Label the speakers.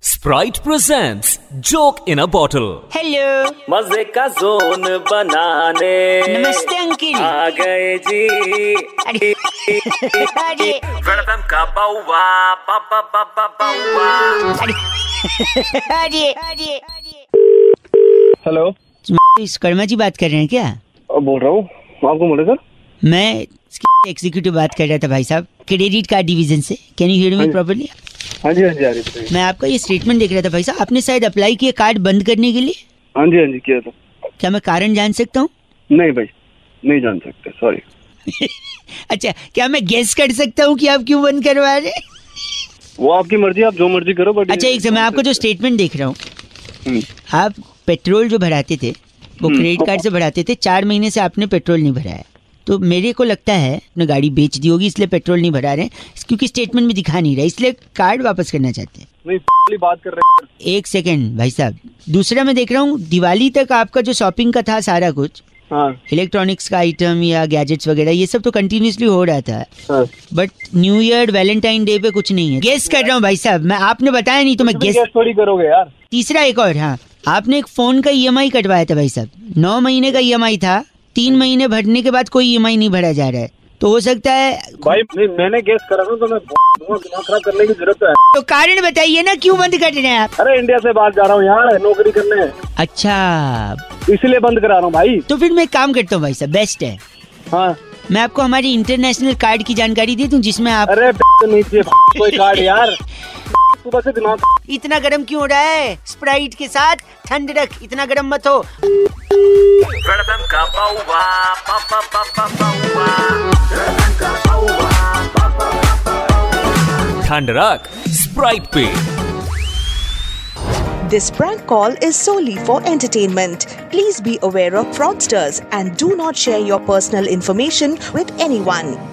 Speaker 1: Sprite presents Joke in a Bottle.
Speaker 2: Hello
Speaker 3: मजे का zone बनाने
Speaker 2: नमस्ते अंकिल
Speaker 3: आ गए जी
Speaker 2: अरे अरे
Speaker 3: वेलकम का बाउवा बाबा बाबा बाउवा
Speaker 2: अरे अरे
Speaker 4: हेलो
Speaker 2: विश्वकर्मा जी बात कर रहे हैं क्या
Speaker 4: अ, बोल रहा हूँ आपको बोले सर
Speaker 2: मैं एग्जीक्यूटिव बात कर रहा था भाई साहब क्रेडिट कार्ड डिवीजन से can you hear me properly
Speaker 4: हाँ जी हाँ जी आ रही थी
Speaker 2: मैं आपका ये स्टेटमेंट देख रहा था भाई साहब आपने शायद अप्लाई किया कार्ड बंद करने के लिए
Speaker 4: हाँ जी हाँ जी किया था
Speaker 2: क्या मैं कारण जान सकता हूँ
Speaker 4: नहीं भाई नहीं जान सकते सॉरी
Speaker 2: अच्छा क्या मैं गेस कर सकता हूँ कि आप क्यों बंद करवा रहे हैं?
Speaker 4: वो आपकी मर्जी आप जो मर्जी करो हम्म। बट
Speaker 2: अच्छा एक समय आपको जो स्टेटमेंट देख रहा हूँ आप पेट्रोल जो भराते थे वो
Speaker 4: हम्म।
Speaker 2: क्रेडिट कार्ड से भराते थे चार महीने से आपने पेट्रोल नहीं भराया तो मेरे को लगता है आपने गाड़ी बेच दी होगी इसलिए पेट्रोल नहीं भरा रहे हैं, क्योंकि स्टेटमेंट में दिखा नहीं रहा इसलिए कार्ड वापस करना चाहते हैं
Speaker 4: नहीं वाली बात कर रहे हैं
Speaker 2: एक सेकेंड भाई साहब दूसरा मैं देख रहा हूँ दिवाली तक आपका जो शॉपिंग का था सारा कुछ
Speaker 4: हाँ
Speaker 2: इलेक्ट्रॉनिक्स का आइटम या गैजेट्स वगैरह ये सब तो कंटिन्यूसली हो रहा था
Speaker 4: हाँ
Speaker 2: but new year Valentine day पे कुछ नहीं है गेस कर रहा हूँ भाई साहब मैं आपने बताया नहीं तो मैं गेस
Speaker 4: गैस थोड़ी करोगे यार
Speaker 2: तीसरा एक और हाँ आपने एक फोन का ईएमआई कटवाया था भाई साहब नौ महीने का ईएमआई था तीन महीने भरने के बाद कोई ईएमआई नहीं भरा जा रहा है तो हो सकता है
Speaker 4: भाई नहीं मैंने गैस करा था तो मैं बहुत दूंगा, दिमाग खराब करने की जरूरत तो है
Speaker 2: तो कारण बताइए ना क्यों बंद कर रहे हैं आप
Speaker 4: अरे इंडिया से बाहर जा रहा हूँ यार नौकरी करने
Speaker 2: अच्छा
Speaker 4: इसीलिए बंद करा रहा हूँ भाई
Speaker 2: तो फिर मैं एक काम करता हूँ भाई साहब बेस्ट है
Speaker 4: हाँ
Speaker 2: मैं आपको हमारी इंटरनेशनल कार्ड की जानकारी दे दूं जिसमें आप
Speaker 4: अरे नहीं चाहिए कोई कार्ड यार सुबह से दिमाग
Speaker 2: इतना गर्म क्यों हो रहा है स्प्राइट के साथ ठंड रख इतना गर्म मत हो
Speaker 3: वेलकम का बाउवा बाबा बाबा Bauwa
Speaker 1: Thandarak Sprite Pay.
Speaker 5: This prank call is solely for entertainment. Please be aware of fraudsters and do not share your personal information with anyone.